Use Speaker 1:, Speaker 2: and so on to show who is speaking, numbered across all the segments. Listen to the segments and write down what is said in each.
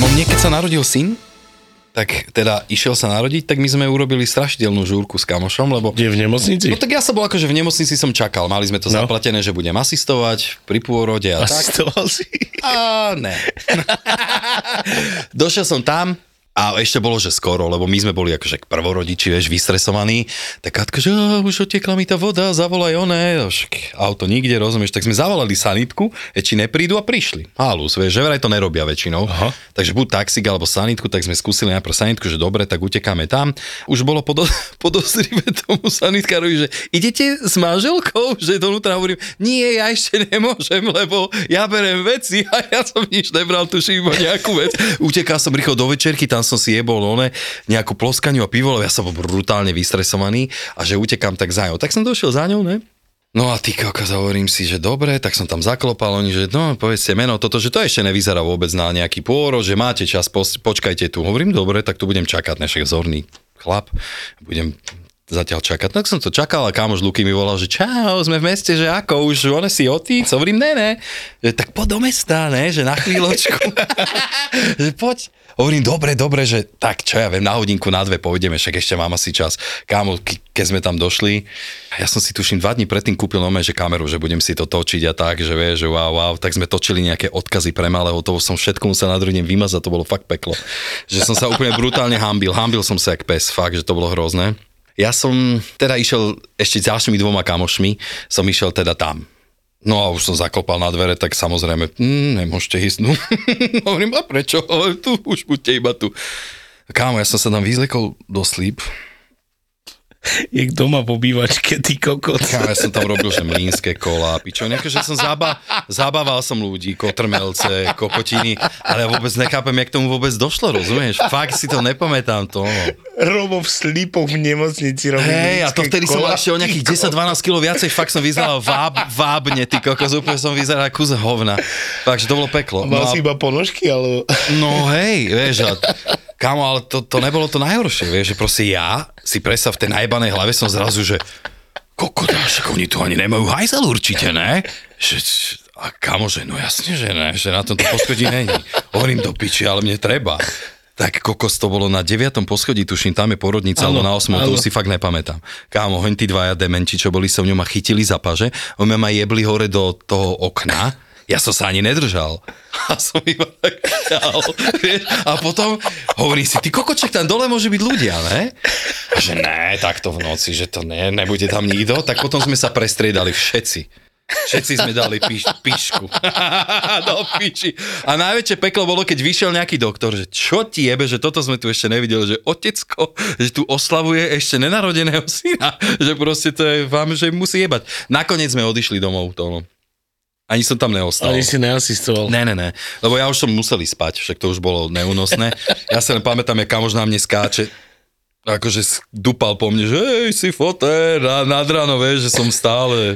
Speaker 1: No mne keď sa narodil syn, tak teda išiel sa narodiť, tak my sme urobili strašidelnú žúrku s kamošom, lebo...
Speaker 2: Kde v nemocnici?
Speaker 1: No tak ja som bol akože v nemocnici som čakal, mali sme to no.
Speaker 2: No.
Speaker 1: zaplatené, že budem asistovať pri pôrode a tak.
Speaker 2: Asistoval si.
Speaker 1: A ne. Došiel som tam a ešte bolo, že skoro, lebo my sme boli akože prvorodiči, vieš, vystresovaní. Tak Katka, že "Á, už otekla mi tá voda, zavolaj one, však auto nikde, rozumieš. Tak sme zavolali sanitku, e, či neprídu a prišli. Halus, vieš, že vraj to nerobia väčšinou. Aha. Takže buď taxík alebo sanitku, tak sme skúsili najprv sanitku, že dobre, tak utekáme tam. Už bolo podo- podozrivé tomu sanitkárovi, že idete s manželkou, že donútra hovorím, nie, ja ešte nemôžem, lebo ja berem veci a ja som nič nebral, tuším iba nejakú vec. Utekal som rýchlo do večerky, tam som si jebol one, nejakú ploskaniu a pivo, lebo ja som bol brutálne vystresovaný a že utekám tak za ňou. Tak som došiel za ňou, ne? No a ty kokos, hovorím si, že dobre, tak som tam zaklopal, oni, že no povedzte meno, toto, že to ešte nevyzerá vôbec na nejaký pôro, že máte čas, pos- počkajte tu. Hovorím, dobre, tak tu budem čakať, nešek zorný chlap, budem zatiaľ čakať. No Tak som to čakal a kámoš Luky mi volal, že čau, sme v meste, že ako, už one si otí, hovorím, ne, ne, že tak poď do mesta, ne, že na chvíľočku, že poď. Hovorím, dobre, dobre, že tak, čo ja viem, na hodinku, na dve pôjdeme, však ešte mám asi čas. Kámo, ke- keď sme tam došli, ja som si tuším dva dní predtým kúpil nome, že kameru, že budem si to točiť a tak, že vieš, že wow, wow, tak sme točili nejaké odkazy pre malého, to som všetko musel na druhý deň vymazať, to bolo fakt peklo. Že som sa úplne brutálne hambil, hambil som sa jak pes, fakt, že to bolo hrozné. Ja som teda išiel ešte s ďalšími dvoma kamošmi, som išiel teda tam. No a už som zaklopal na dvere, tak samozrejme, mm, nemôžete ísť. No. Hovorím, a prečo? Ale tu už buďte iba tu. Kámo, ja som sa tam vyzlekol do slíp.
Speaker 2: Je doma v obývačke, ty kokot.
Speaker 1: Kámo, ja som tam robil, že mlínske kola, pičo. Nejaké, že som zaba, zabával som ľudí, kotrmelce, kokotiny, ale ja vôbec nechápem, jak tomu vôbec došlo, rozumieš? Fakt si to nepamätám to. no.
Speaker 2: Robo v slípoch v nemocnici robí
Speaker 1: Hej, a
Speaker 2: ľudské
Speaker 1: to vtedy som mal
Speaker 2: kola.
Speaker 1: ešte o nejakých 10-12 kg viacej, fakt som vyzeral váb, vábne, ty kokos, úplne som vyzeral ako kus hovna. Takže to bolo peklo. No a
Speaker 2: Mal si iba ponožky, ale...
Speaker 1: No hej, vieš, a kamo, ale to, to nebolo to najhoršie, vieš, že proste ja si predstav v tej najbanej hlave som zrazu, že kokodáš, ako oni tu ani nemajú hajzel určite, ne? Že, a kamo, že no jasne, že ne, že na tomto poschodí není. Hovorím do piči, ale mne treba. Tak kokos to bolo na 9. poschodí, tuším, tam je porodnica, alebo
Speaker 2: Áno,
Speaker 1: na 8. to
Speaker 2: áno.
Speaker 1: už si fakt nepamätám. Kámo, hoň tí dvaja dementi, čo boli so mňou ma chytili za paže, oni ma jebli hore do toho okna, ja som sa ani nedržal. A som iba tak dal, vieš. A potom hovorím si, ty kokoček, tam dole môže byť ľudia, ne? A že ne, takto v noci, že to ne, nebude tam nikto. Tak potom sme sa prestriedali všetci. Všetci sme dali piš, pišku. Do piči. A najväčšie peklo bolo, keď vyšiel nejaký doktor, že čo ti jebe, že toto sme tu ešte nevideli, že otecko, že tu oslavuje ešte nenarodeného syna, že proste to je vám, že musí jebať. Nakoniec sme odišli domov to. Ani som tam neostal.
Speaker 2: No. Ani si neasistoval.
Speaker 1: Ne, ne, ne, lebo ja už som musel ísť spať, však to už bolo neúnosné. Ja sa len pamätám, jak kamož na mne skáče, akože s- dupal po mne, že hej, si foter a nad ráno, vieš, že som stále...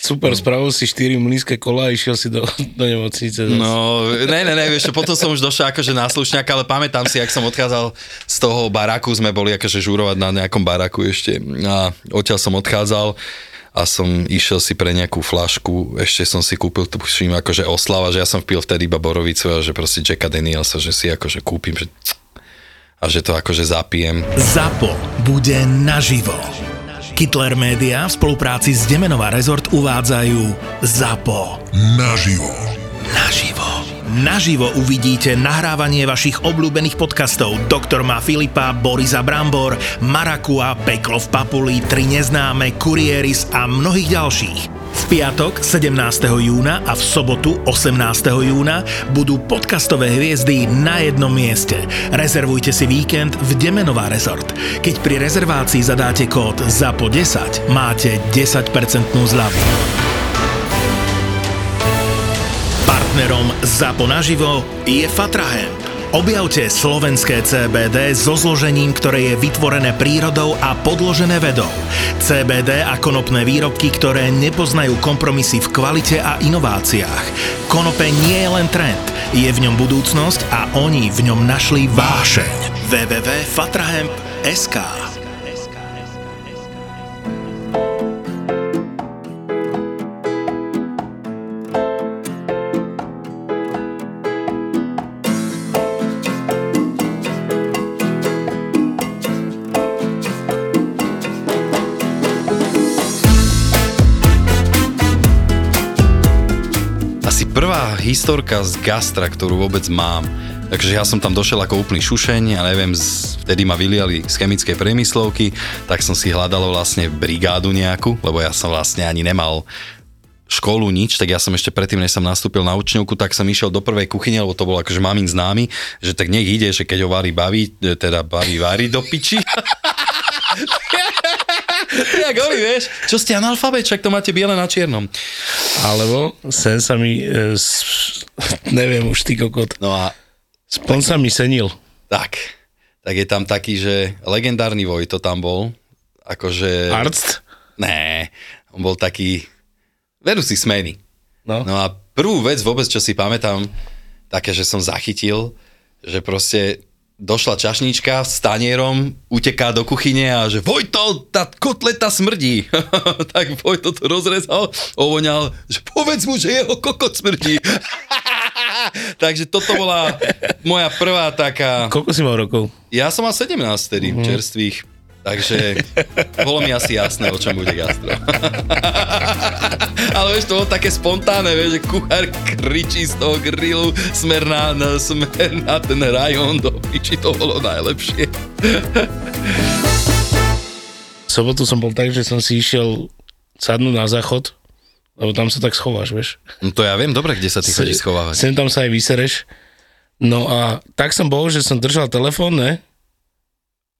Speaker 2: Super, spravil si 4 mlínske kola a išiel si do, do nemocnice. zase.
Speaker 1: No, ne, ne, ne, vieš, čo, potom som už došiel akože na slušňák, ale pamätám si, ak som odchádzal z toho baraku, sme boli akože žurovať na nejakom baraku ešte a odtiaľ som odchádzal a som išiel si pre nejakú flašku, ešte som si kúpil, tuším, akože oslava, že ja som vpil vtedy iba borovicu a že proste Jacka Danielsa, že si akože kúpim, že a že to akože zapijem.
Speaker 3: ZAPO bude naživo. Hitler Media v spolupráci s Demenová rezort uvádzajú ZAPO.
Speaker 4: Naživo.
Speaker 3: Naživo. Naživo uvidíte nahrávanie vašich obľúbených podcastov Doktor má Filipa, Borisa Brambor, Marakua, Peklo v Papuli, Tri neznáme, Kurieris a mnohých ďalších. V piatok 17. júna a v sobotu 18. júna budú podcastové hviezdy na jednom mieste. Rezervujte si víkend v Demenová rezort. Keď pri rezervácii zadáte kód ZAPO10, máte 10% zľavu. Partnerom partnerom ZAPO naživo je Fatrahem. Objavte slovenské CBD so zložením, ktoré je vytvorené prírodou a podložené vedou. CBD a konopné výrobky, ktoré nepoznajú kompromisy v kvalite a inováciách. Konope nie je len trend, je v ňom budúcnosť a oni v ňom našli vášeň. www.fatrahemp.sk
Speaker 1: Asi prvá historka z gastra, ktorú vôbec mám. Takže ja som tam došel ako úplný šušeň, ja neviem, z- vtedy ma vyliali z chemickej priemyslovky, tak som si hľadal vlastne brigádu nejakú, lebo ja som vlastne ani nemal školu, nič, tak ja som ešte predtým, než som nastúpil na učňovku, tak som išiel do prvej kuchyne, lebo to bol akože mamin známy, že tak nech ide, že keď ho varí baví, e, teda baví varí do piči. Jak oni, vieš, čo ste analfabet, však to máte biele na čiernom.
Speaker 2: Alebo sen sa mi, e, s, neviem už ty kokot,
Speaker 1: No a
Speaker 2: spon sa mi senil.
Speaker 1: Tak, tak je tam taký, že legendárny Vojto tam bol, akože...
Speaker 2: Arzt?
Speaker 1: Né, on bol taký, veru si smeny.
Speaker 2: No.
Speaker 1: No a prvú vec vôbec, čo si pamätám, také, že som zachytil, že proste došla čašnička s tanierom, uteká do kuchyne a že Vojto, tá kotleta smrdí. tak Vojto to rozrezal, ovoňal, že povedz mu, že jeho kokot smrdí. Takže toto bola moja prvá taká...
Speaker 2: Koľko si mal rokov?
Speaker 1: Ja som mal 17 tedy,
Speaker 2: Mhm.
Speaker 1: mm. čerstvých, takže bolo mi asi jasné, o čom bude gastro. Ale vieš, to bolo také spontánne, vieš, že kuchár kričí z toho grilu smer na, na, smer na ten rajón do piči, to bolo najlepšie.
Speaker 2: V sobotu som bol tak, že som si išiel sadnúť na záchod, lebo tam sa tak schováš, vieš.
Speaker 1: No to ja viem dobre, kde sa ty chodíš schovávať.
Speaker 2: Sem tam sa aj vysereš. No a tak som bol, že som držal telefón, ne?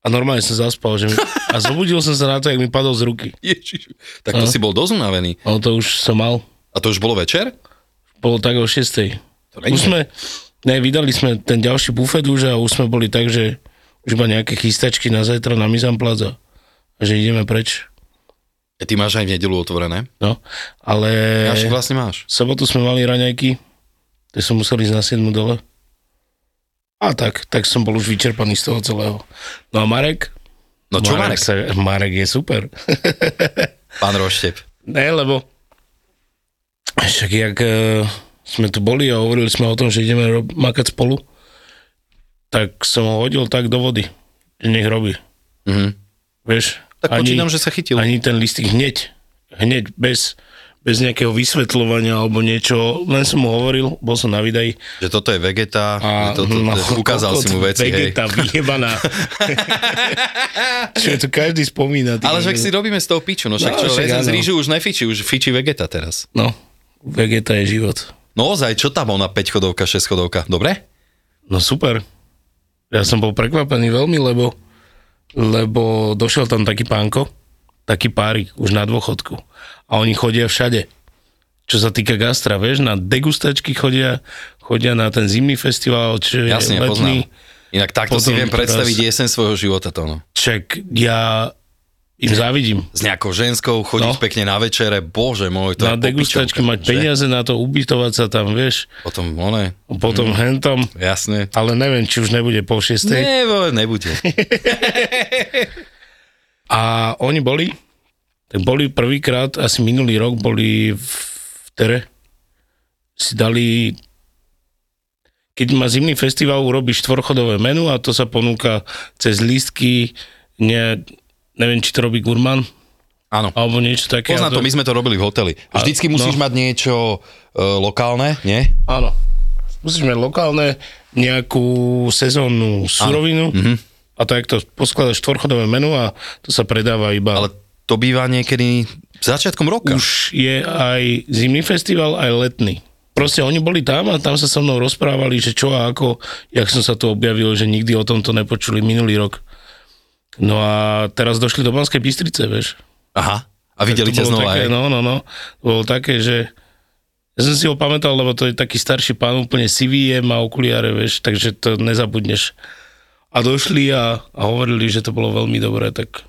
Speaker 2: A normálne som zaspal, že mi... A zobudil som sa na to, jak mi padol z ruky.
Speaker 1: Ježiš, tak to
Speaker 2: Aha.
Speaker 1: si bol dosť unavený.
Speaker 2: Ale to už som mal.
Speaker 1: A to už bolo večer?
Speaker 2: Bolo tak o 6.
Speaker 1: To není-
Speaker 2: Už sme... Ne, vydali sme ten ďalší bufet už a už sme boli tak, že už iba nejaké chystačky na zajtra na Mizampláza. Že ideme preč.
Speaker 1: E, Ty máš aj v nedelu otvorené.
Speaker 2: No, ale...
Speaker 1: Ja však vlastne máš.
Speaker 2: V sobotu sme mali raňajky, tak som musel ísť na 7 dole. A tak, tak som bol už vyčerpaný z toho celého. No a Marek?
Speaker 1: No čo, Marek?
Speaker 2: Sa, Marek je super.
Speaker 1: Pán Roštep.
Speaker 2: ne, lebo však jak e, sme tu boli a hovorili sme o tom, že ideme rob- makať spolu, tak som ho hodil tak do vody, že nech robí.
Speaker 1: Mhm.
Speaker 2: Vieš,
Speaker 1: Tak počítam, že sa chytil.
Speaker 2: Ani ten listík hneď, hneď, bez, bez nejakého vysvetľovania alebo niečo, len som mu hovoril, bol som na výdaji.
Speaker 1: Že toto je vegeta, že toto,
Speaker 2: no,
Speaker 1: ukázal si mu
Speaker 2: kokot,
Speaker 1: veci, hej.
Speaker 2: Vegeta, vyjebaná. Čo je to každý spomína. ty
Speaker 1: Ale však
Speaker 2: kokot.
Speaker 1: si robíme z toho piču, no však
Speaker 2: No,
Speaker 1: čo,
Speaker 2: však
Speaker 1: rezen z
Speaker 2: áno.
Speaker 1: rýžu už nefičí, už fičí vegeta teraz.
Speaker 2: No, Vegeta je život.
Speaker 1: No ozaj, čo tam ona 5 chodovka, 6 chodovka, dobre?
Speaker 2: No super. Ja som bol prekvapený veľmi, lebo, lebo došiel tam taký pánko, taký párik, už na dôchodku. A oni chodia všade. Čo sa týka gastra, vieš, na degustačky chodia, chodia na ten zimný festival, čo je
Speaker 1: Jasne, ja
Speaker 2: letný.
Speaker 1: poznám. Inak takto si
Speaker 2: Potom
Speaker 1: viem
Speaker 2: teraz-
Speaker 1: predstaviť jeseň svojho života to, no.
Speaker 2: Čak, ja im závidím.
Speaker 1: S nejakou ženskou, chodiť
Speaker 2: No.
Speaker 1: pekne na večere, bože môj, to
Speaker 2: na
Speaker 1: je po
Speaker 2: degustačky
Speaker 1: pičovke,
Speaker 2: mať
Speaker 1: že?
Speaker 2: peniaze na to, ubytovať sa tam, vieš,
Speaker 1: Potom, one,
Speaker 2: potom mm. hentom,
Speaker 1: jasne.
Speaker 2: ale neviem, či už nebude po šiestej.
Speaker 1: Ne, vole, nebude.
Speaker 2: A oni boli, tak boli prvýkrát, asi minulý rok boli v, v Tere, si dali, keď má zimný festival, urobíš štvorchodové menu a to sa ponúka cez lístky, ne, neviem, či to robí gurman,
Speaker 1: Áno.
Speaker 2: alebo niečo také.
Speaker 1: Poznám
Speaker 2: A
Speaker 1: to, my sme to robili v hoteli. Vždycky
Speaker 2: no.
Speaker 1: musíš mať niečo e, lokálne, nie?
Speaker 2: Áno. Musíš mať lokálne, nejakú sezónnu surovinu a tak to poskladaš štvorchodové menu a to sa predáva iba...
Speaker 1: Ale to býva niekedy začiatkom roka.
Speaker 2: No. už je aj zimný festival, aj letný. Proste oni boli tam a tam sa so mnou rozprávali, že čo a ako, jak som sa tu objavil, že nikdy o tomto nepočuli minulý rok. No a teraz došli do Banskej Bystrice, vieš.
Speaker 1: Aha. A videli ťa
Speaker 2: To bolo
Speaker 1: znova,
Speaker 2: také,
Speaker 1: hej?
Speaker 2: No, no, no. To Bolo také, že Ja som si ho pamätal, lebo to je taký starší pán, úplne sivý je, má okuliare, vieš, takže to nezabudneš. A došli a, a hovorili, že to bolo veľmi dobré, tak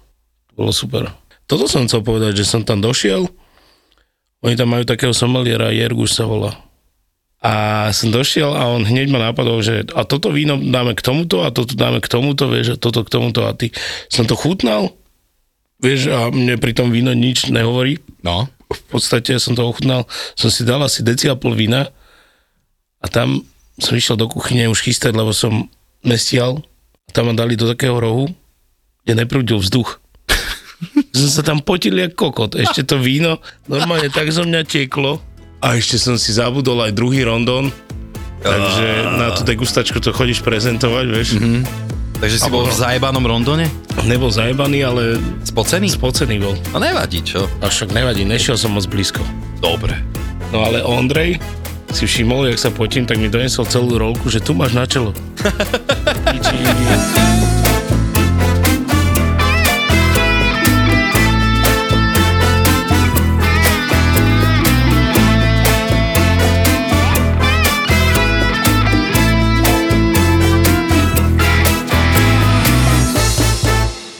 Speaker 2: to bolo super. Toto som chcel povedať, že som tam došiel, oni tam majú takého someliera, Jerguš sa volá. A som došiel a on hneď ma napadol, že a toto víno dáme k tomuto a toto dáme k tomuto, vieš, a toto k tomuto a ty. Som to chutnal, vieš, a mne pri tom víno nič nehovorí
Speaker 1: No,
Speaker 2: v podstate som to ochutnal, som si dal asi deci a pol vína a tam som išiel do kuchyne už chystať, lebo som nestial. Tam ma dali do takého rohu, kde neprúdil vzduch. som sa tam potil jak kokot. Ešte to víno normálne tak zo mňa tieklo. A ešte som si zabudol aj druhý rondón. Takže na tú degustačku to chodíš prezentovať, vieš. Mm-hmm.
Speaker 1: takže si bol v zajebanom Rondone?
Speaker 2: Nebol zajebaný, ale
Speaker 1: Spocený?
Speaker 2: spocený bol.
Speaker 1: No nevadí, čo?
Speaker 2: A však nevadí, nešiel som moc blízko.
Speaker 1: Dobre.
Speaker 2: No ale Ondrej si všimol, jak sa potím, tak mi donesol celú rolku, že tu máš na čelo. Piči.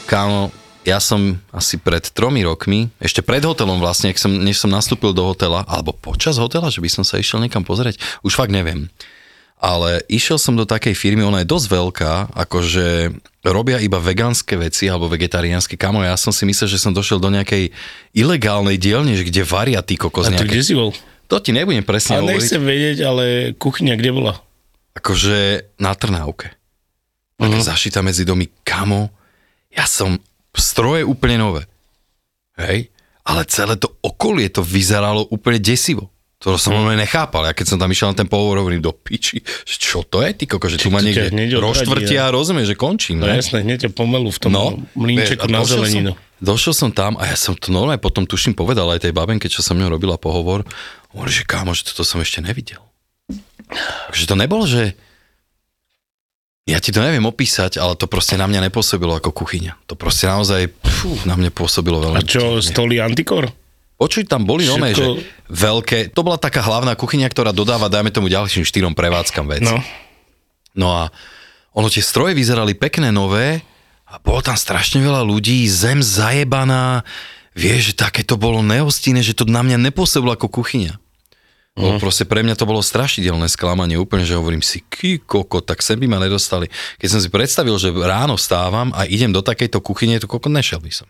Speaker 1: Kámo, ja som asi pred tromi rokmi, ešte pred hotelom vlastne, ak som, než som nastúpil do hotela, alebo počas hotela, že by som sa išiel niekam pozrieť, už fakt neviem. Ale išiel som do takej firmy, ona je dosť veľká, akože robia iba vegánske veci alebo vegetariánske. Kamo, ja som si myslel, že som došiel do nejakej ilegálnej dielne, že kde varia ty kokos
Speaker 2: A tu kde
Speaker 1: nejaké...
Speaker 2: si bol?
Speaker 1: To ti nebudem presne
Speaker 2: Ale
Speaker 1: hovoriť.
Speaker 2: nechcem vedieť, ale kuchyňa kde bola?
Speaker 1: akože na Trnávke. Taká uh-huh.
Speaker 2: Mhm.
Speaker 1: zašita medzi domy, kamo, ja som stroje úplne nové. Hej? Ale celé to okolie to vyzeralo úplne desivo. To
Speaker 2: Mhm.
Speaker 1: som len nechápal. Ja keď som tam išiel na ten pohovor, hovorím do piči, že čo to je, ty koko, že tu ma
Speaker 2: to ťa
Speaker 1: niekde
Speaker 2: hneď odradí,
Speaker 1: roštvrtia a rozumiem, že končím.
Speaker 2: No
Speaker 1: ne?
Speaker 2: jasné, hneď ťa pomelu v tom mlínčeku
Speaker 1: No, vieš, a
Speaker 2: na
Speaker 1: došiel
Speaker 2: zeleninu.
Speaker 1: Som, došiel som tam a ja som to normálne potom tuším povedal aj tej babenke, čo som mňou robila pohovor. Hovorí, že kámo, že toto som ešte nevidel. Takže to nebolo, že... Ja ti to neviem opísať, ale to proste na mňa nepôsobilo ako kuchyňa. To proste naozaj pfú, na mňa pôsobilo veľmi.
Speaker 2: A čo, stoli antikor?
Speaker 1: Počuť, tam boli nové,
Speaker 2: Všetko-
Speaker 1: že veľké, to bola taká hlavná kuchyňa, ktorá dodáva, dajme tomu, ďalším štyrom prevádzkam vec.
Speaker 2: No.
Speaker 1: No a ono tie stroje vyzerali pekné, nové a bolo tam strašne veľa ľudí, zem zajebaná, vieš, že také to bolo nehostinné, že to na mňa nepôsobilo ako kuchyňa. No proste pre mňa to bolo strašidelné sklamanie, úplne, že hovorím si, ký koko, tak sem by ma nedostali. Keď som si predstavil, že ráno vstávam a idem do takejto kuchyne, to koko nešiel by som.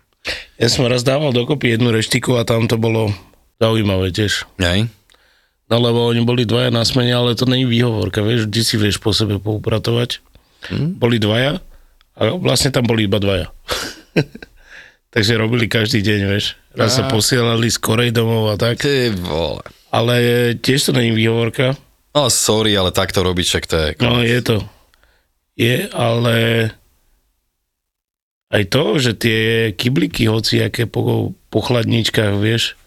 Speaker 2: Ja som raz dával dokopy jednu reštiku a tam to bolo zaujímavé tiež.
Speaker 1: Hej?
Speaker 2: No lebo oni boli dvaja na smene, ale to není výhovorka, vieš, vždy si vieš po sebe poupratovať. Hmm. Boli dvaja a vlastne tam boli iba dvaja. Takže robili každý deň, vieš. Raz sa posielali z Korej domov a tak.
Speaker 1: Ty vole.
Speaker 2: Ale tiež to není výhovorka.
Speaker 1: No sorry, ale takto robiť, však to je...
Speaker 2: No je to. Je, ale aj to, že tie kybliky hociaké po, po chladničkách, vieš,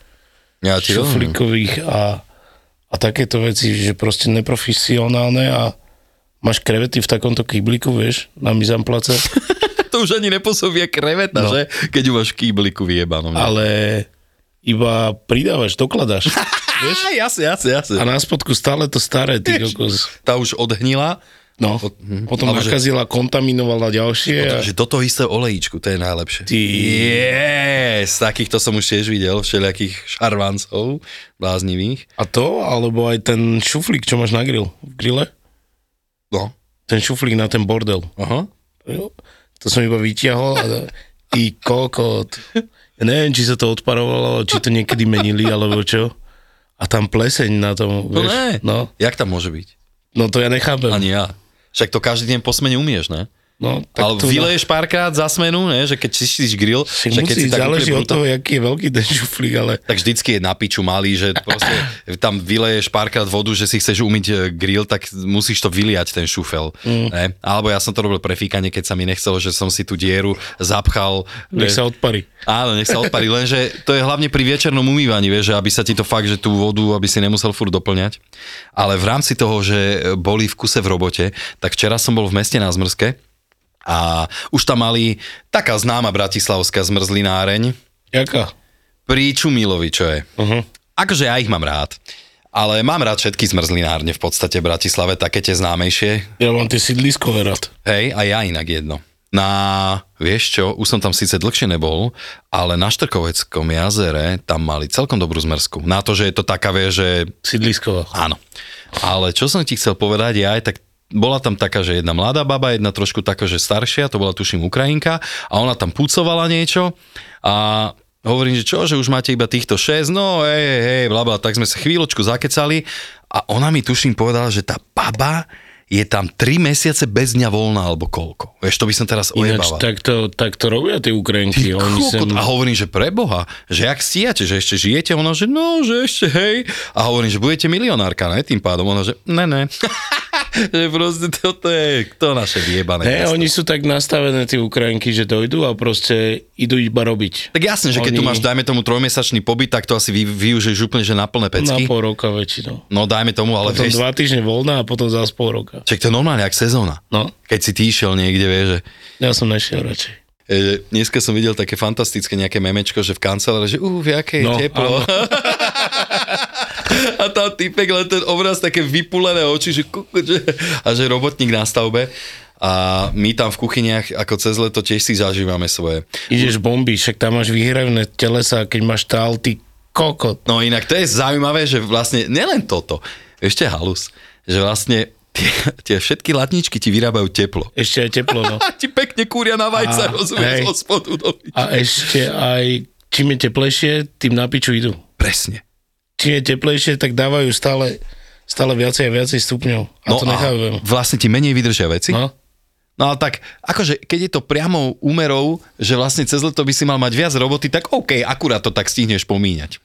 Speaker 1: Ja ti rozumiem.
Speaker 2: šuflíkových a, a takéto veci, že proste neprofesionálne a máš krevety v takomto kybliku, vieš, na mizamplace,
Speaker 1: To už ani nepôsobí ako kreveta, no. že? Keď ju máš v kýbliku no. vyjebanom.
Speaker 2: ale iba pridávaš, dokladáš.
Speaker 1: vieš? Jasne, jasne, jasne.
Speaker 2: A na spodku stále to staré, ty
Speaker 1: Vieš.
Speaker 2: kokos.
Speaker 1: Tá už odhnila,
Speaker 2: No,
Speaker 1: Mhm.
Speaker 2: potom
Speaker 1: Ale že-
Speaker 2: nakazila, kontaminovala ďalšie. a-
Speaker 1: že do toho isté olejíčku, to je najlepšie.
Speaker 2: Ty-
Speaker 1: Yes, takýchto som už tiež videl, všelijakých šarvancov bláznivých.
Speaker 2: A to, alebo aj ten šuflík, čo máš na grill, v grille?
Speaker 1: No.
Speaker 2: Ten šuflík na ten bordel.
Speaker 1: Aha.
Speaker 2: Jo. To som iba vytiahol a ty kokot. Ja neviem, či sa to odparovalo, či to niekedy menili, alebo čo. A tam pleseň na tom,
Speaker 1: To
Speaker 2: vieš.
Speaker 1: ne.
Speaker 2: No,
Speaker 1: Jak tam môže byť?
Speaker 2: no to ja nechápem.
Speaker 1: Ani ja. Však to každý deň po smene umieš, ne?
Speaker 2: No,
Speaker 1: Tak Ale
Speaker 2: to na-
Speaker 1: vyleješ párkrát za smenu, ne? Že keď čistíš grill,
Speaker 2: si
Speaker 1: že keď
Speaker 2: musí, záleží
Speaker 1: úplne
Speaker 2: od toho, jaký je veľký ten šuflík, ale
Speaker 1: tak vždycky je na piču malý, že proste tam vyleješ párkrát vodu, že si chceš umyť e, grill, tak musíš to vyliať ten šufel. Mm. Ne? Alebo ja som to robil prefíkanie, keď sa mi nechcelo, že som si tú dieru zapchal.
Speaker 2: nech
Speaker 1: vieš.
Speaker 2: sa odparí.
Speaker 1: Áno, nech sa odparí, lenže to je hlavne pri večernom umývaní, vieš, že aby sa ti to fakt, že tú vodu, aby si nemusel furt doplňať. Ale v rámci toho, že boli v kuse v robote, tak včera som bol v meste na Zmrzke a už tam mali taká známa bratislavská zmrzlináreň,
Speaker 2: Jaká?
Speaker 1: pri Čumilovi, čo je.
Speaker 2: Uh-huh.
Speaker 1: Akože ja ich mám rád. Ale mám rád všetky zmrzlinárne v podstate v Bratislave, také tie známejšie.
Speaker 2: Ja mám tie sídliskové rád.
Speaker 1: Hej, a ja inak jedno. Na, vieš čo, už som tam síce dlhšie nebol, ale na Štrkoveckom jazere tam mali celkom dobrú zmrzku. Na to, že je to taká, vieš, že
Speaker 2: Sídlisková.
Speaker 1: Áno. Ale čo som ti chcel povedať, ja aj tak bola tam taká, že jedna mladá baba, jedna trošku taká, že staršia, to bola tuším Ukrajinka a ona tam pucovala niečo a hovorím, že čo, že už máte iba týchto 6, no hej, hej, hej, blabla, tak sme sa chvíľočku zakecali a ona mi tuším povedala, že tá baba je tam 3 mesiace bez dňa voľna alebo koľko. Vieš, to by som teraz
Speaker 2: Ináč
Speaker 1: ojebala.
Speaker 2: tak to, tak to robia tie Ukrajinky.
Speaker 1: Ty
Speaker 2: Oni sem...
Speaker 1: kokot. A hovorím, že preboha, že ak stíjate, že ešte žijete, ona, že no, že ešte hej. A hovorím, že budete milionárka, ne, tým pádom. Ona, že ne, ne. že proste toto je, to naše vyjebané.
Speaker 2: Ne,
Speaker 1: mesto.
Speaker 2: oni sú tak nastavené, tie Ukrajinky, že dojdú a proste idú iba robiť.
Speaker 1: Tak jasne, že keď
Speaker 2: Oni-
Speaker 1: tu máš, dajme tomu, trojmesačný pobyt, tak to asi vy, využiješ úplne, že na plné
Speaker 2: Na
Speaker 1: pecky.
Speaker 2: pol roka väčšinou.
Speaker 1: No dajme tomu, ale
Speaker 2: Potom
Speaker 1: vieš,
Speaker 2: dva týždne voľná a potom zás pol roka.
Speaker 1: čak to je normálne, jak sezóna.
Speaker 2: No,
Speaker 1: Keď si ty išiel niekde, vieš, že
Speaker 2: ja som nešiel radšej.
Speaker 1: E, dneska som videl také fantastické nejaké memečko, že v kancelárii, že uh, v jaké je
Speaker 2: No,
Speaker 1: teplo.
Speaker 2: áno.
Speaker 1: a tam typek len ten obraz, také vypulené oči, že kuku, že, a že robotník na stavbe. A my tam v kuchyniach, ako cez leto, tiež si zažívame svoje.
Speaker 2: Ideš bomby, však tam máš vyhrevné telesa, keď máš tál, ty kokot.
Speaker 1: No inak to je zaujímavé, že vlastne nielen toto, ešte halus, že vlastne tie, tie všetky latničky ti vyrábajú teplo.
Speaker 2: Ešte aj teplo, no.
Speaker 1: A ti pekne kúria na vajca,
Speaker 2: A, hej.
Speaker 1: rozumieš, od spodu do piči.
Speaker 2: A ešte aj, čím je teplejšie, tým na piču idú.
Speaker 1: Presne.
Speaker 2: Čím je teplejšie, tak dávajú stále, stále viacej a viacej stupňov. A no to nechajú. ven.
Speaker 1: vlastne ti menej vydržia veci.
Speaker 2: No,
Speaker 1: No ale tak, akože keď je to priamou úmerou, že vlastne cez leto by si mal mať viac roboty, tak OK, akurát to tak stihneš pomíňať.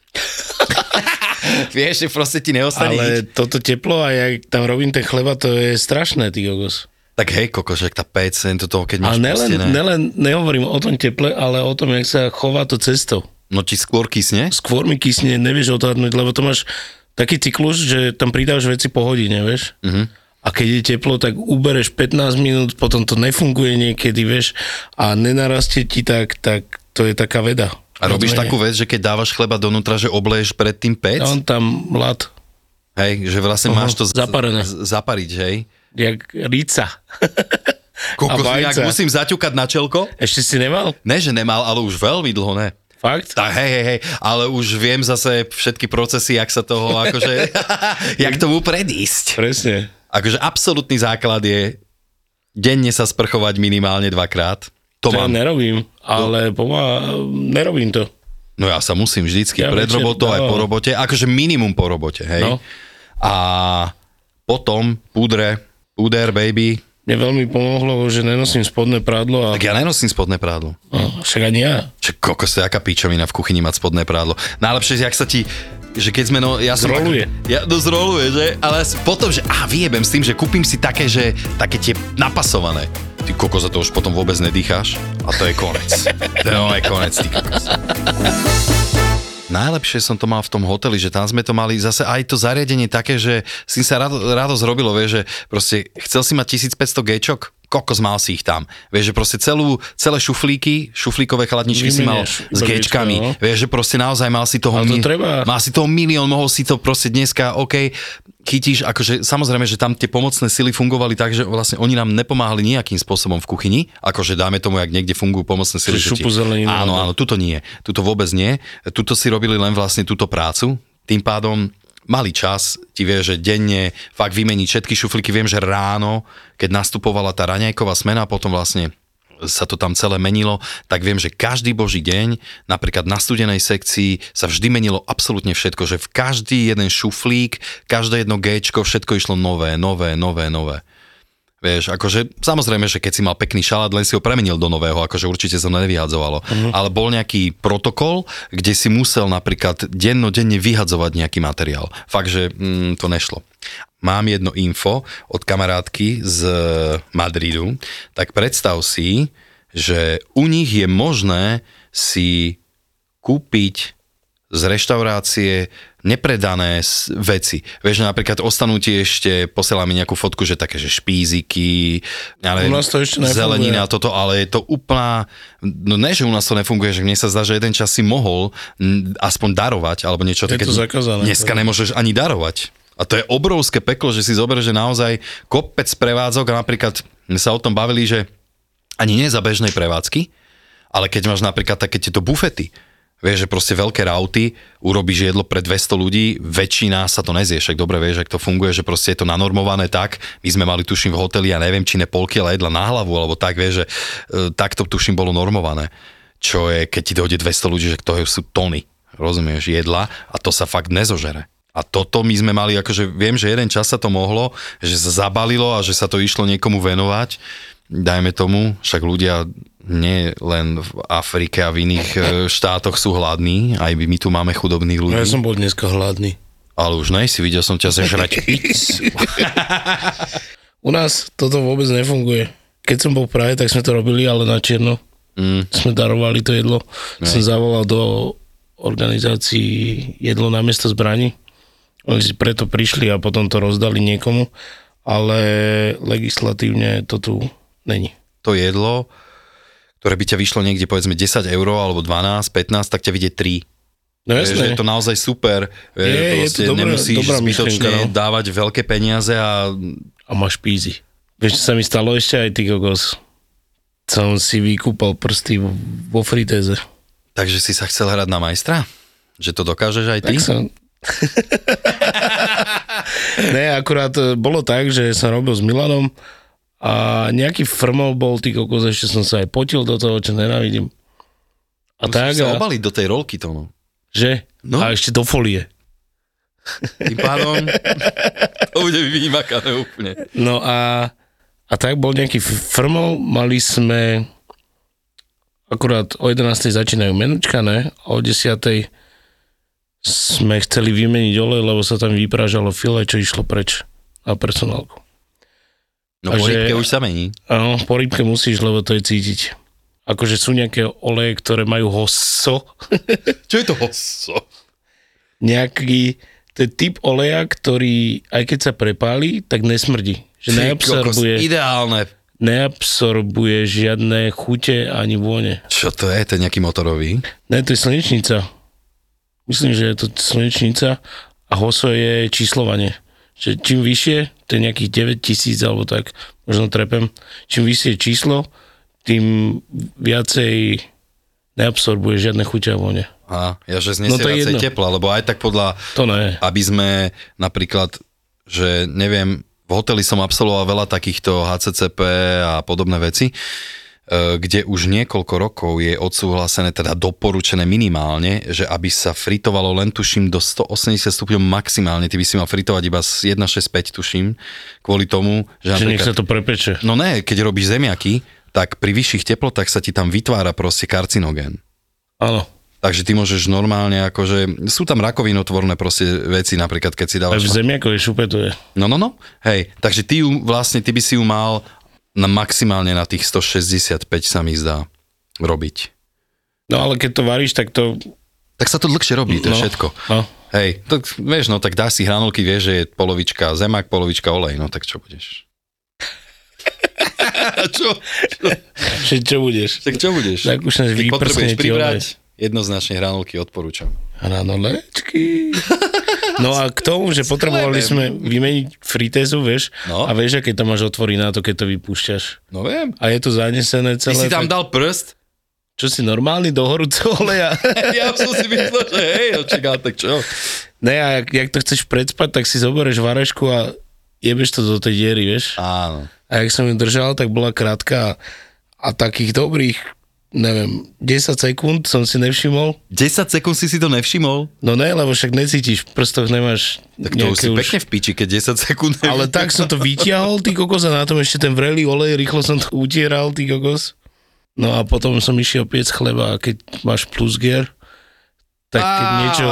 Speaker 1: Vieš, že proste ti neostane ale... nič.
Speaker 2: ale toto teplo a ja tam robím ten chleba, to je strašné, ty kokos.
Speaker 1: Tak hej, kokošek, tá pec, to toho, keď
Speaker 2: A
Speaker 1: máš
Speaker 2: nelen,
Speaker 1: pustené.
Speaker 2: nelen, nehovorím o tom teple, ale o tom, jak sa chová to cestou.
Speaker 1: No ti skôr kysne?
Speaker 2: Skôr mi kysne, nevieš odhadnúť, lebo to máš taký cyklus, že tam pridáš veci po hodine, vieš?
Speaker 1: Mhm.
Speaker 2: Uh-huh. A keď je teplo, tak ubereš 15 minút, potom to nefunguje niekedy, vieš? A nenarastie ti tak, tak to je taká veda.
Speaker 1: A robíš takú vec, že keď dávaš chleba donútra, že obleješ predtým pec?
Speaker 2: Ja on tam mlad,
Speaker 1: Hej, že vlastne
Speaker 2: Aha,
Speaker 1: máš to z-
Speaker 2: zaparené.
Speaker 1: z- zapariť, hej?
Speaker 2: jak rica.
Speaker 1: Kokos,
Speaker 2: vajca.
Speaker 1: nejak musím zaťukať na čelko?
Speaker 2: Ešte si nemal?
Speaker 1: Ne, že nemal, ale už veľmi dlho ne.
Speaker 2: Fakt?
Speaker 1: Tak hej, hej, hej, ale už viem zase všetky procesy, jak sa toho, akože, jak tomu predísť.
Speaker 2: Presne.
Speaker 1: Akože absolútny základ je denne sa sprchovať minimálne dvakrát. To
Speaker 2: To ja
Speaker 1: mám.
Speaker 2: nerobím, ale pomá, nerobím to.
Speaker 1: No ja sa musím vždycky
Speaker 2: Ja
Speaker 1: pred
Speaker 2: večer,
Speaker 1: robotou aj
Speaker 2: no.
Speaker 1: po robote, akože minimum po robote, hej.
Speaker 2: No.
Speaker 1: A potom púdre, púder, baby.
Speaker 2: Mne veľmi pomohlo, že nenosím spodné prádlo a
Speaker 1: Tak ja nenosím spodné prádlo.
Speaker 2: no, však ani ja.
Speaker 1: Čo kokos, to je aká pičovina v kuchyni mať spodné prádlo. Najlepšie, že ak sa ti že keď sme, no, ja som...
Speaker 2: Zroluje.
Speaker 1: Ja, no zroluje, že? Ale s- potom, že a vyjebem s tým, že kúpim si také, že také tie napasované. Ty kokos, a to už potom vôbec nedýcháš a to je konec. to je no, je konec, ty kokos. Najlepšie som to mal v tom hoteli, že tam sme to mali zase aj to zariadenie také, že s tým sa rado, rado zrobilo, vieš, že proste chcel si mať 1500 gečok, kokos mal si ich tam. Vieš, že proste celú, celé šuflíky, šuflíkové chladničky si mal
Speaker 2: Vymenieš
Speaker 1: s
Speaker 2: iba
Speaker 1: gečkami.
Speaker 2: gečka, no.
Speaker 1: Vieš, že proste naozaj mal si toho,
Speaker 2: Ale to treba.
Speaker 1: mal si toho milión, mohol si to proste dneska, OK, chytíš, akože samozrejme, že tam tie pomocné sily fungovali tak, že vlastne oni nám nepomáhali nejakým spôsobom v kuchyni, akože dáme tomu, jak niekde fungujú pomocné sily.
Speaker 2: Že
Speaker 1: že ti-
Speaker 2: šupu zeleninu.
Speaker 1: Áno, áno, tuto nie, tuto vôbec nie, tuto si robili len vlastne túto prácu, tým pádom mali čas, ti vie, že denne fakt vymeniť všetky šuflíky, viem, že ráno, keď nastupovala tá raňajková smena, potom vlastne sa to tam celé menilo, tak viem, že každý boží deň, napríklad na studenej sekcii, sa vždy menilo absolútne všetko, že v každý jeden šuflík, každé jedno géčko, všetko išlo nové, nové, nové, nové. Vieš, akože samozrejme, že keď si mal pekný šalát, len si ho premenil do nového, akože určite sa to nevyhadzovalo. Mm-hmm. Ale bol nejaký protokol, kde si musel napríklad dennodenne vyhadzovať nejaký materiál. Fakt, že mm, to nešlo. Mám jedno info od kamarátky z e, Madridu. Tak predstav si, že u nich je možné si kúpiť z reštaurácie nepredané s- veci. Vieš, že napríklad ostanú ti ešte, posiela mi nejakú fotku, že také, že špíziky, ale
Speaker 2: U nás to ešte nefunguje.
Speaker 1: zelenina a toto, ale je to úplná, no ne, že u nás to nefunguje, že mne sa zdá, že jeden čas si mohol m, aspoň darovať, alebo niečo
Speaker 2: Je
Speaker 1: také.
Speaker 2: to zakázané.
Speaker 1: Dneska nemôžeš ani darovať. A to je obrovské peklo, že si zoberieš, že naozaj kopec prevádzok a napríklad my sa o tom bavili, že ani nie za bežnej prevádzky, ale keď máš napríklad také tieto bufety, vieš, že proste veľké rauty, urobíš jedlo pre 200 ľudí, väčšina sa to nezie, však dobre vieš, ak to funguje, že proste je to nanormované tak, my sme mali tuším v hoteli, ja neviem, či ne pol kila jedla na hlavu, alebo tak, vieš, že e, takto tuším bolo normované. Čo je, keď ti dojde 200 ľudí, že to je- sú tony, rozumieš, jedla a to sa fakt nezožere. A toto my sme mali, akože viem, že jeden čas sa to mohlo, že sa zabalilo a že sa to išlo niekomu venovať, dajme tomu, však ľudia nie len v Afrike a v iných e, štátoch sú hladní, aj my tu máme chudobných ľudí,
Speaker 2: No ja som bol dneska hladný.
Speaker 1: ale už nej si videl som ťa zežrať.
Speaker 2: U nás toto vôbec nefunguje. Keď som bol v Prahe, tak sme to robili, ale na čierno. Mm.
Speaker 1: Mhm.
Speaker 2: Sme darovali to jedlo. Ne. Som zavolal do organizácií jedlo na miesto zbraní. Oni si preto prišli a potom to rozdali niekomu, ale legislatívne to tu není.
Speaker 1: To jedlo, ktoré by ťa vyšlo niekde povedzme 10 eur alebo 12, 15, tak ťa vidie 3.
Speaker 2: No
Speaker 1: Vieš, že
Speaker 2: jasné.
Speaker 1: je to naozaj super, je,
Speaker 2: Je, je
Speaker 1: proste
Speaker 2: to dobrá-
Speaker 1: nemusíš
Speaker 2: dobrá
Speaker 1: zbytočne
Speaker 2: myšlienka, no.
Speaker 1: dávať veľké peniaze a
Speaker 2: a máš pízy. Vieš, čo sa mi stalo ešte aj ty kokos? Som si vykúpal prsty vo- vo fritéze.
Speaker 1: takže si sa chcel hrať na majstra? Že to dokážeš aj ty?
Speaker 2: Tak som... ne, akurát e, bolo tak, že som robil s Milanom a nejaký frmol bol, ty kokos, ešte som sa aj potil do toho, čo nenávidím. A
Speaker 1: Musíš
Speaker 2: tak, no.
Speaker 1: sa
Speaker 2: a,
Speaker 1: obaliť do tej rolky to, no.
Speaker 2: že?
Speaker 1: No.
Speaker 2: A ešte do folie.
Speaker 1: Tým pádom to bude vymakané úplne.
Speaker 2: No a, a tak bol nejaký f- firmol, mali sme akurát o 11. začínajú menučka, ne? A o 10. sme chceli vymeniť olej, lebo sa tam vyprážalo file, čo išlo preč na personálku.
Speaker 1: No
Speaker 2: A
Speaker 1: po
Speaker 2: že-
Speaker 1: rybke už sa mení.
Speaker 2: Áno, po rybke musíš, lebo to je cítiť. Akože sú nejaké oleje, ktoré majú hoso,
Speaker 1: Čo je to hoso?
Speaker 2: nejaký to je typ oleja, ktorý aj keď sa prepáli, tak nesmrdí. Že neabsorbuje,
Speaker 1: Ideálne.
Speaker 2: neabsorbuje žiadne chute ani vône.
Speaker 1: Čo to je, to je nejaký motorový?
Speaker 2: Ne, to je slnečnica. Myslím, že je to slnečnica a hoso je číslovanie. Že čím vyššie, to je nejakých 9000 alebo tak, možno trepem, čím vyššie je číslo, tým viacej neabsorbuje žiadne chuťa vône.
Speaker 1: A ja že znesie
Speaker 2: No to je
Speaker 1: viacej
Speaker 2: jedno.
Speaker 1: tepla, lebo aj tak podľa,
Speaker 2: To ne.
Speaker 1: aby sme napríklad, že neviem, v hoteli som absolvoval veľa takýchto HCCP a podobné veci, e, kde už niekoľko rokov je odsúhlasené, teda doporučené minimálne, že aby sa fritovalo len tuším do 180 stupňov maximálne, ty by si mal fritovať iba z 165 tuším, kvôli tomu, že,
Speaker 2: Že nech
Speaker 1: napríklad-
Speaker 2: sa to prepeče.
Speaker 1: No ne, keď robíš zemiaky, tak pri vyšších teplotách sa ti tam vytvára proste karcinogén.
Speaker 2: Áno.
Speaker 1: Takže ty môžeš normálne, akože sú tam rakovinotvorné proste veci, napríklad keď si
Speaker 2: Aj
Speaker 1: dávaš...
Speaker 2: v zemiakovej šupe to je.
Speaker 1: No, no, no, hej, takže ty ju vlastne, ty by si ju mal na maximálne na tých 165 sa mi zdá robiť.
Speaker 2: No ale keď to varíš, tak to...
Speaker 1: Tak sa to dlhšie robí, to je
Speaker 2: no,
Speaker 1: všetko.
Speaker 2: No.
Speaker 1: Hej, tak vieš, no tak dáš si hranolky, vieš, že je polovička zemak, polovička olej, no tak čo budeš? čo?
Speaker 2: Že čo budeš?
Speaker 1: Tak čo budeš?
Speaker 2: Tak už nás
Speaker 1: Keď potrebuješ
Speaker 2: vyprsne ti
Speaker 1: pribrať,
Speaker 2: olej.
Speaker 1: jednoznačne hranolky odporúčam.
Speaker 2: Hranolečky. No a k tomu, že potrebovali sme vymeniť fritézu, vieš,
Speaker 1: No.
Speaker 2: no. a vieš, aké tam máš otvory na to, keď to vypúšťaš.
Speaker 1: No viem.
Speaker 2: A je to zanesené
Speaker 1: Ty
Speaker 2: celé.
Speaker 1: si tam
Speaker 2: tak,
Speaker 1: dal prst?
Speaker 2: Čo si normálny do horúceho oleja?
Speaker 1: Ja som si myslel, že hej, no čaká, tak čo?
Speaker 2: ne, a jak, jak to chceš predspať, tak si zoberieš varešku a jebeš to do tej diery, vieš.
Speaker 1: Áno.
Speaker 2: A jak som ju držal, tak bola krátka a, a takých dobrých, neviem, 10 sekúnd som si nevšimol.
Speaker 1: 10 sekúnd si si to nevšimol?
Speaker 2: No ne, lebo však necítiš, v prstoch nemáš
Speaker 1: Tak to už si
Speaker 2: nejaké
Speaker 1: pekne v piči, keď 10 sekúnd
Speaker 2: Ale tak som to vyťahol, ty kokos, a na tom ešte ten vrelý olej, rýchlo som to utieral, ty kokos. No a potom som išiel piec chleba a keď máš plusgier, tak keď
Speaker 1: Á.
Speaker 2: niečo,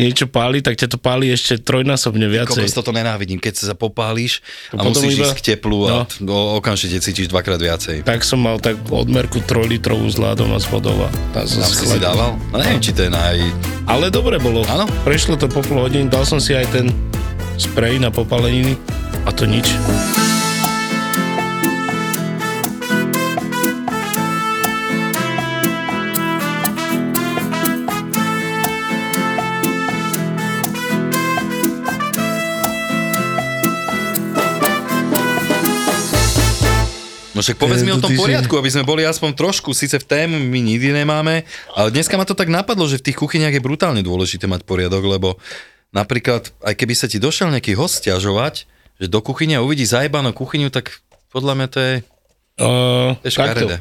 Speaker 2: niečo páli, tak ťa to páli ešte trojnásobne viacej.
Speaker 1: Kokos, toto nenávidím, keď sa zapopálíš
Speaker 2: To
Speaker 1: a
Speaker 2: potom
Speaker 1: musíš
Speaker 2: iba-
Speaker 1: ísť k teplu a no. okamžite cítiš dvakrát viacej.
Speaker 2: Tak som mal tak odmerku 3 litrovú s ľadom a s vodou a tam som
Speaker 1: Tam si si
Speaker 2: schladil.
Speaker 1: dával? No neviem, či to je naj...
Speaker 2: Ale dobre bolo.
Speaker 1: Áno.
Speaker 2: Prešlo to po pol hodín, dal som si aj ten sprej na popáleniny a to nič.
Speaker 1: No však povedz
Speaker 2: E,
Speaker 1: mi o tom poriadku, aby sme boli aspoň trošku, síce v tému my nikdy nemáme, ale dneska ma to tak napadlo, že v tých kuchyniach je brutálne dôležité mať poriadok, lebo napríklad, aj keby sa ti došiel nejaký host ťažovať, že do kuchyne a uvidí zajebanú kuchyňu, tak podľa mňa to je,
Speaker 2: Uh,
Speaker 1: to je škaredé.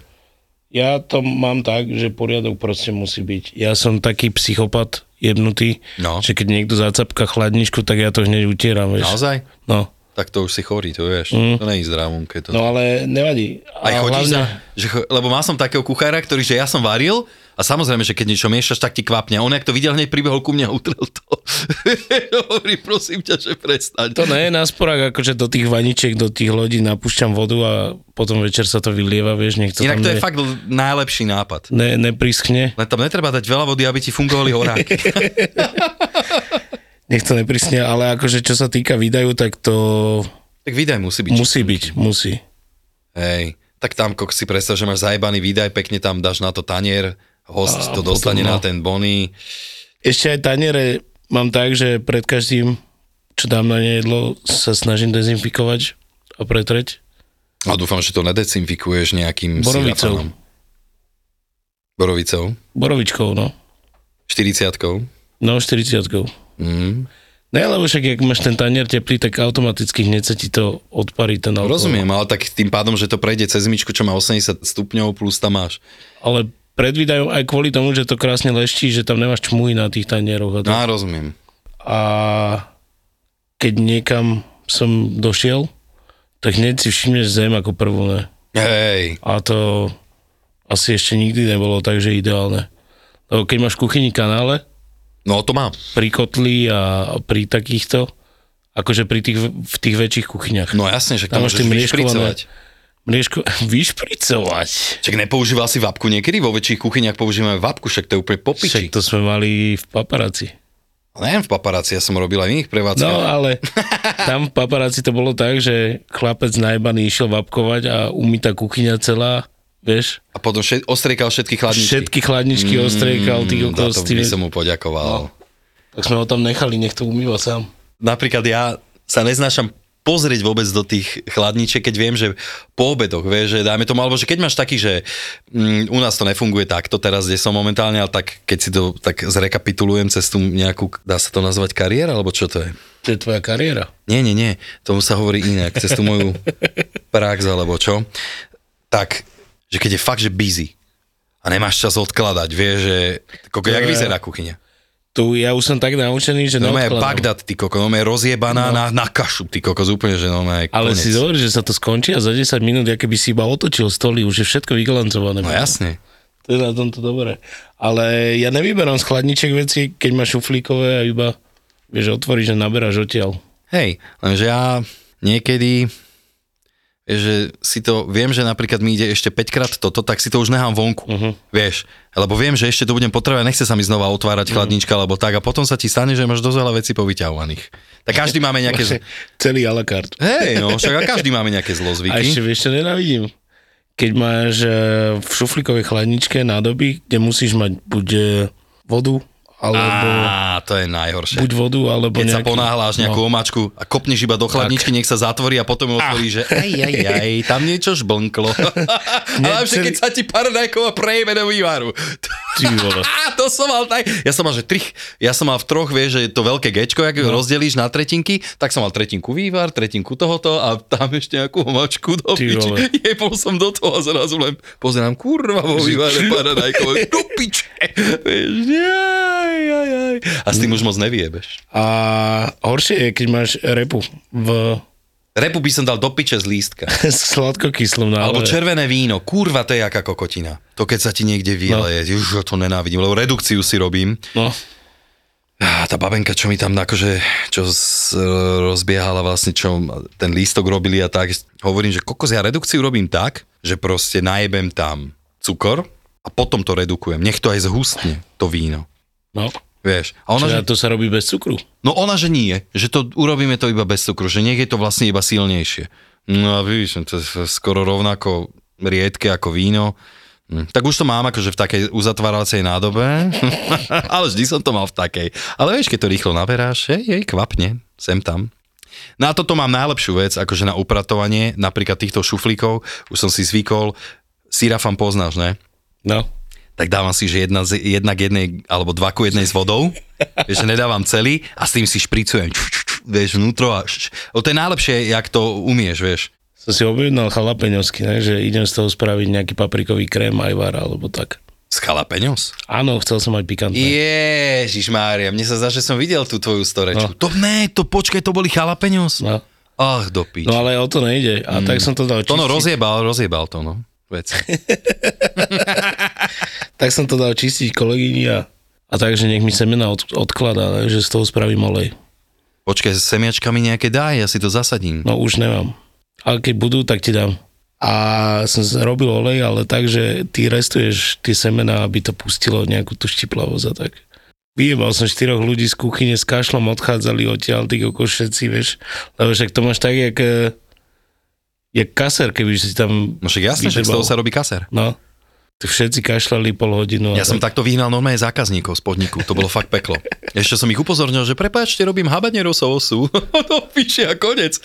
Speaker 2: Ja to mám tak, že poriadok proste musí byť. Ja som taký psychopat jebnutý,
Speaker 1: No.
Speaker 2: že keď niekto zacapka chladničku, tak ja to hneď utieram, vieš.
Speaker 1: Naozaj?
Speaker 2: No.
Speaker 1: Tak to už si chorý, to vieš. To není zdravom, keď to...
Speaker 2: Mm. no ale nevadí.
Speaker 1: Aj
Speaker 2: A
Speaker 1: chodíš,
Speaker 2: hlavne-
Speaker 1: hlavne... že, cho- lebo mal som takého kuchára, ktorý, že ja som varil a samozrejme, že keď niečo miešaš, tak ti kvapne. On, ak to videl, hneď pribehol ku mne a utrel to. Hovorí, prosím ťa, že prestaň.
Speaker 2: To ne je na sporák, akože do tých vaničiek, do tých lodí napúšťam vodu a potom večer sa to vylieva, vieš, nech to
Speaker 1: Inak to
Speaker 2: tam
Speaker 1: je
Speaker 2: ne,
Speaker 1: fakt l- najlepší nápad.
Speaker 2: ne, neprischne,
Speaker 1: Len tam netreba dať veľa vody, aby ti fungovali horáky.
Speaker 2: nech to neprischne, ale akože čo sa týka výdajú, tak to
Speaker 1: tak výdaj musí byť.
Speaker 2: musí byť, musí.
Speaker 1: Hej. Tak tam, kok si predstav, že máš zajebaný výdaj, pekne tam dáš na to tanier, host
Speaker 2: A
Speaker 1: to
Speaker 2: potom
Speaker 1: dostane
Speaker 2: no.
Speaker 1: na ten bony.
Speaker 2: Ešte aj taniere mám tak, že pred každým, čo dám na ne jedlo, sa snažím dezinfikovať a pretreť.
Speaker 1: A dúfam, že to nedecinfikuješ nejakým
Speaker 2: Borovicou.
Speaker 1: syrapanom. Borovicou.
Speaker 2: Borovičkou, no.
Speaker 1: 40
Speaker 2: No, 40
Speaker 1: Mm.
Speaker 2: Ne, lebo však, ak máš ten tanier teplý, tak automaticky hneď sa ti No to odparí ten alkohol.
Speaker 1: Rozumiem, ale tak tým pádom, že to prejde cez myčku, čo má 80 stupňov, plus tam máš.
Speaker 2: ale predvídajú aj kvôli tomu, že to krásne leští, že tam nemáš čmuj na tých
Speaker 1: No,
Speaker 2: tanieroch. A, tak.
Speaker 1: rozumiem.
Speaker 2: a keď niekam som došiel, tak hneď si všimneš zem ako prvú, ne?
Speaker 1: Hej,
Speaker 2: A to asi ešte nikdy nebolo takže ideálne. Lebo keď máš v kuchyni kanále,
Speaker 1: no to mám.
Speaker 2: pri kotli a pri takýchto, akože pri tých, v tých väčších kuchyniach.
Speaker 1: No jasne, že to
Speaker 2: Tam máš
Speaker 1: môžeš
Speaker 2: tie mrieškované.
Speaker 1: vyšpricovať.
Speaker 2: Mrieško, vyšpricovať.
Speaker 1: Čak nepoužíval si vapku niekedy? Vo väčších kuchyniach používame vapku, však to je úplne popiči. No
Speaker 2: Však to sme mali v paparaci.
Speaker 1: Neviem, v paparáci, ja som robil aj v iných
Speaker 2: No
Speaker 1: prevádzkach.
Speaker 2: ale tam v paparáci to bolo tak, že chlapec najbaný išiel vapkovať a umýta kuchyňa celá, vieš,
Speaker 1: A potom všet, ostriekal všetky chladničky.
Speaker 2: všetky chladničky mm, ostriekal, tých
Speaker 1: Mm, za
Speaker 2: okolo
Speaker 1: to by
Speaker 2: stíne,
Speaker 1: som mu poďakoval.
Speaker 2: tak sme ho tam nechali, nech to umýva sám.
Speaker 1: napríklad ja sa neznášam pozrieť vôbec do tých chladničiek, keď viem, že po obedoch, vieš, že dáme tomu, alebo že keď máš taký, že mm, u nás to nefunguje takto teraz, kde som momentálne, ale tak keď si to tak zrekapitulujem cez tú nejakú, dá sa to nazvať kariéra, alebo čo to je?
Speaker 2: To je tvoja kariéra.
Speaker 1: Nie, nie, nie, tomu sa hovorí inak, cez tú moju prax alebo čo. Tak, že keď je fakt, že busy a nemáš čas odkladať, vieš, že koko, jak
Speaker 2: To je-
Speaker 1: vyzerá kuchyňa?
Speaker 2: Tu ja už som tak naučený, že
Speaker 1: No je
Speaker 2: neodkladám.
Speaker 1: Bagdad, ty koko, no je rozjebaná no. Na, na, kašu, ty koko, úplne, že no je
Speaker 2: Ale
Speaker 1: konec.
Speaker 2: si zober, že sa to skončí a za 10 minút, ja keby si iba otočil stoli, už je všetko vyglancované.
Speaker 1: No jasne.
Speaker 2: To je na tomto dobré. Ale ja nevyberám z chladniček veci, keď máš šuflíkové a iba, vieš, otvoríš a naberáš odtiaľ.
Speaker 1: Hej, lenže ja niekedy vieš, že si to, viem, že napríklad mi ide ešte 5 krát toto, tak si to už nehám vonku,
Speaker 2: Mhm.
Speaker 1: uh-huh. vieš, lebo viem, že ešte to budem potrebovať, nechce sa mi znova
Speaker 2: Mhm.
Speaker 1: otvárať uh-huh. chladnička, alebo tak, a potom sa ti stane, že máš dosť veľa vecí povyťahovaných. Tak každý máme nejaké, z...
Speaker 2: Celý a la carte.
Speaker 1: hej, no, však a každý máme nejaké
Speaker 2: A ešte
Speaker 1: zlozvyky.
Speaker 2: vieš, čo nenávidím? Keď máš e, v šuflíkovej chladničke nádoby, kde musíš mať buď e, vodu, alebo
Speaker 1: Á, to je najhoršie.
Speaker 2: buď vodu, alebo
Speaker 1: Keď sa
Speaker 2: nejaký,
Speaker 1: ponáhláš nejakú
Speaker 2: no,
Speaker 1: omáčku a kopneš iba do chladničky, nech sa zatvorí a potom ju
Speaker 2: Ah.
Speaker 1: otvorí, že aj, aj, aj, tam niečo žblnklo. Ale že keď sa ti paradajková prejme do vývaru.
Speaker 2: ty vole.
Speaker 1: Á, to som mal tak. Ja som mal, že trich, ja som mal v troch, vieš, že je to veľké gečko, ak no. rozdelíš na tretinky, tak som mal tretinku vývar, tretinku tohoto a tam ešte nejakú omáčku do
Speaker 2: Ty vole.
Speaker 1: piči. Jebol som do toho a zrazu len pozerám, kurva, vo vývare paradajkové, do piče. Vieš, jaj, jaj, jaj. A s tým už moc neviebeš.
Speaker 2: A horšie je, keď máš repu v
Speaker 1: Repu by som dal do piče z lístka.
Speaker 2: s sladkokyslom na
Speaker 1: Alebo
Speaker 2: ale-
Speaker 1: červené víno, kurva, to je jaká kokotina. To keď sa ti niekde vyleje, no. už to nenávidím, lebo redukciu si robím.
Speaker 2: No,
Speaker 1: Á, tá babenka, čo mi tam akože, čo z, rozbiehala vlastne, čo ten lístok robili a tak, hovorím, že kokos, ja redukciu robím tak, že proste najebem tam cukor a potom to redukujem. Nech to aj zhustne, to víno.
Speaker 2: No,
Speaker 1: Vieš, a ona,
Speaker 2: čiže
Speaker 1: že,
Speaker 2: to sa robí bez cukru.
Speaker 1: no ona, že nie, že to urobíme to iba bez cukru, že nech je to vlastne iba silnejšie. No a vidíš, no to je skoro rovnako riedke ako víno. Hm, Tak už to mám akože v takej uzatváracej nádobe, ale vždy som to mal v takej. Ale vieš, keď to rýchlo naberáš, jej, jej kvapne, sem tam. Na toto mám najlepšiu vec, akože na upratovanie, napríklad týchto šuflíkov, už som si zvykol, sirafam poznáš, ne?
Speaker 2: No,
Speaker 1: tak dávam si, že jedna, z, jedna k jednej, alebo dva ku jednej s vodou, vieš, že nedávam celý a s tým si špricujem, ču, ču, ču, vieš, vnútro a č, č. O, to je najlepšie, jak to umieš, vieš.
Speaker 2: som si objednal chalapeňovsky, ne? že idem z toho spraviť nejaký paprikový krém, ajvar alebo tak.
Speaker 1: S peňos.
Speaker 2: Áno, chcel som mať pikantné.
Speaker 1: Ježiš Mária, mne sa zdá, že som videl tú tvoju storečku. No.
Speaker 2: No.
Speaker 1: To ne, to počkaj, to boli chalapeňos.
Speaker 2: No.
Speaker 1: Ach, do pič.
Speaker 2: No ale o to nejde. A tak som to dal
Speaker 1: to no
Speaker 2: čistiť.
Speaker 1: rozjebal, rozjebal to, no. Vec.
Speaker 2: tak som to dal čistiť kolegyni a, a takže nech mi semena od, odkladá, ne? že z toho spravím olej.
Speaker 1: Počkaj, s semiačkami nejaké daj, ja si to zasadím.
Speaker 2: No už nemám. Ale keď budú, tak ti dám. A som z- robil olej, ale tak, že ty restuješ tie semena, aby to pustilo nejakú tú štiplavosť a tak. Vyjebal som štyroch ľudí z kuchyne s kašlom, odchádzali odtiaľ, ty kokos všetci, vieš. Lebo však to máš tak, jak, eh, jak kaser, keby si tam...
Speaker 1: No však jasne, že z toho
Speaker 2: vyšebal.
Speaker 1: sa robí kaser.
Speaker 2: No. Tu všetci kašľali pol hodinu. a
Speaker 1: Ja som
Speaker 2: tak.
Speaker 1: takto vyhnal normálne zákazníkov z podniku, to bolo fakt peklo. Ešte som ich upozornil, že prepáčte, robím habanerosovú osu. to píše a konec.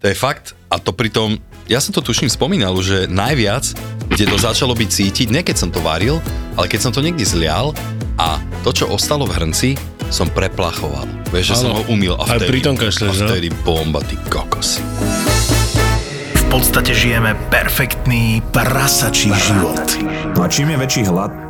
Speaker 1: To je fakt. A to pritom, ja som to tuším spomínal, že najviac, kde to začalo byť cítiť, nie keď som to varil, ale keď som to niekde zlial a to, čo ostalo v hrnci, som preplachoval. Vieš, že som ho
Speaker 2: Áno.
Speaker 1: umil a
Speaker 2: Aj
Speaker 1: vtedy,
Speaker 2: pri tom
Speaker 1: a
Speaker 2: kašleš, no?
Speaker 1: vtedy bomba, ty kokos.
Speaker 3: V podstate žijeme perfektný prasačí život.
Speaker 4: No a čím je väčší hlad,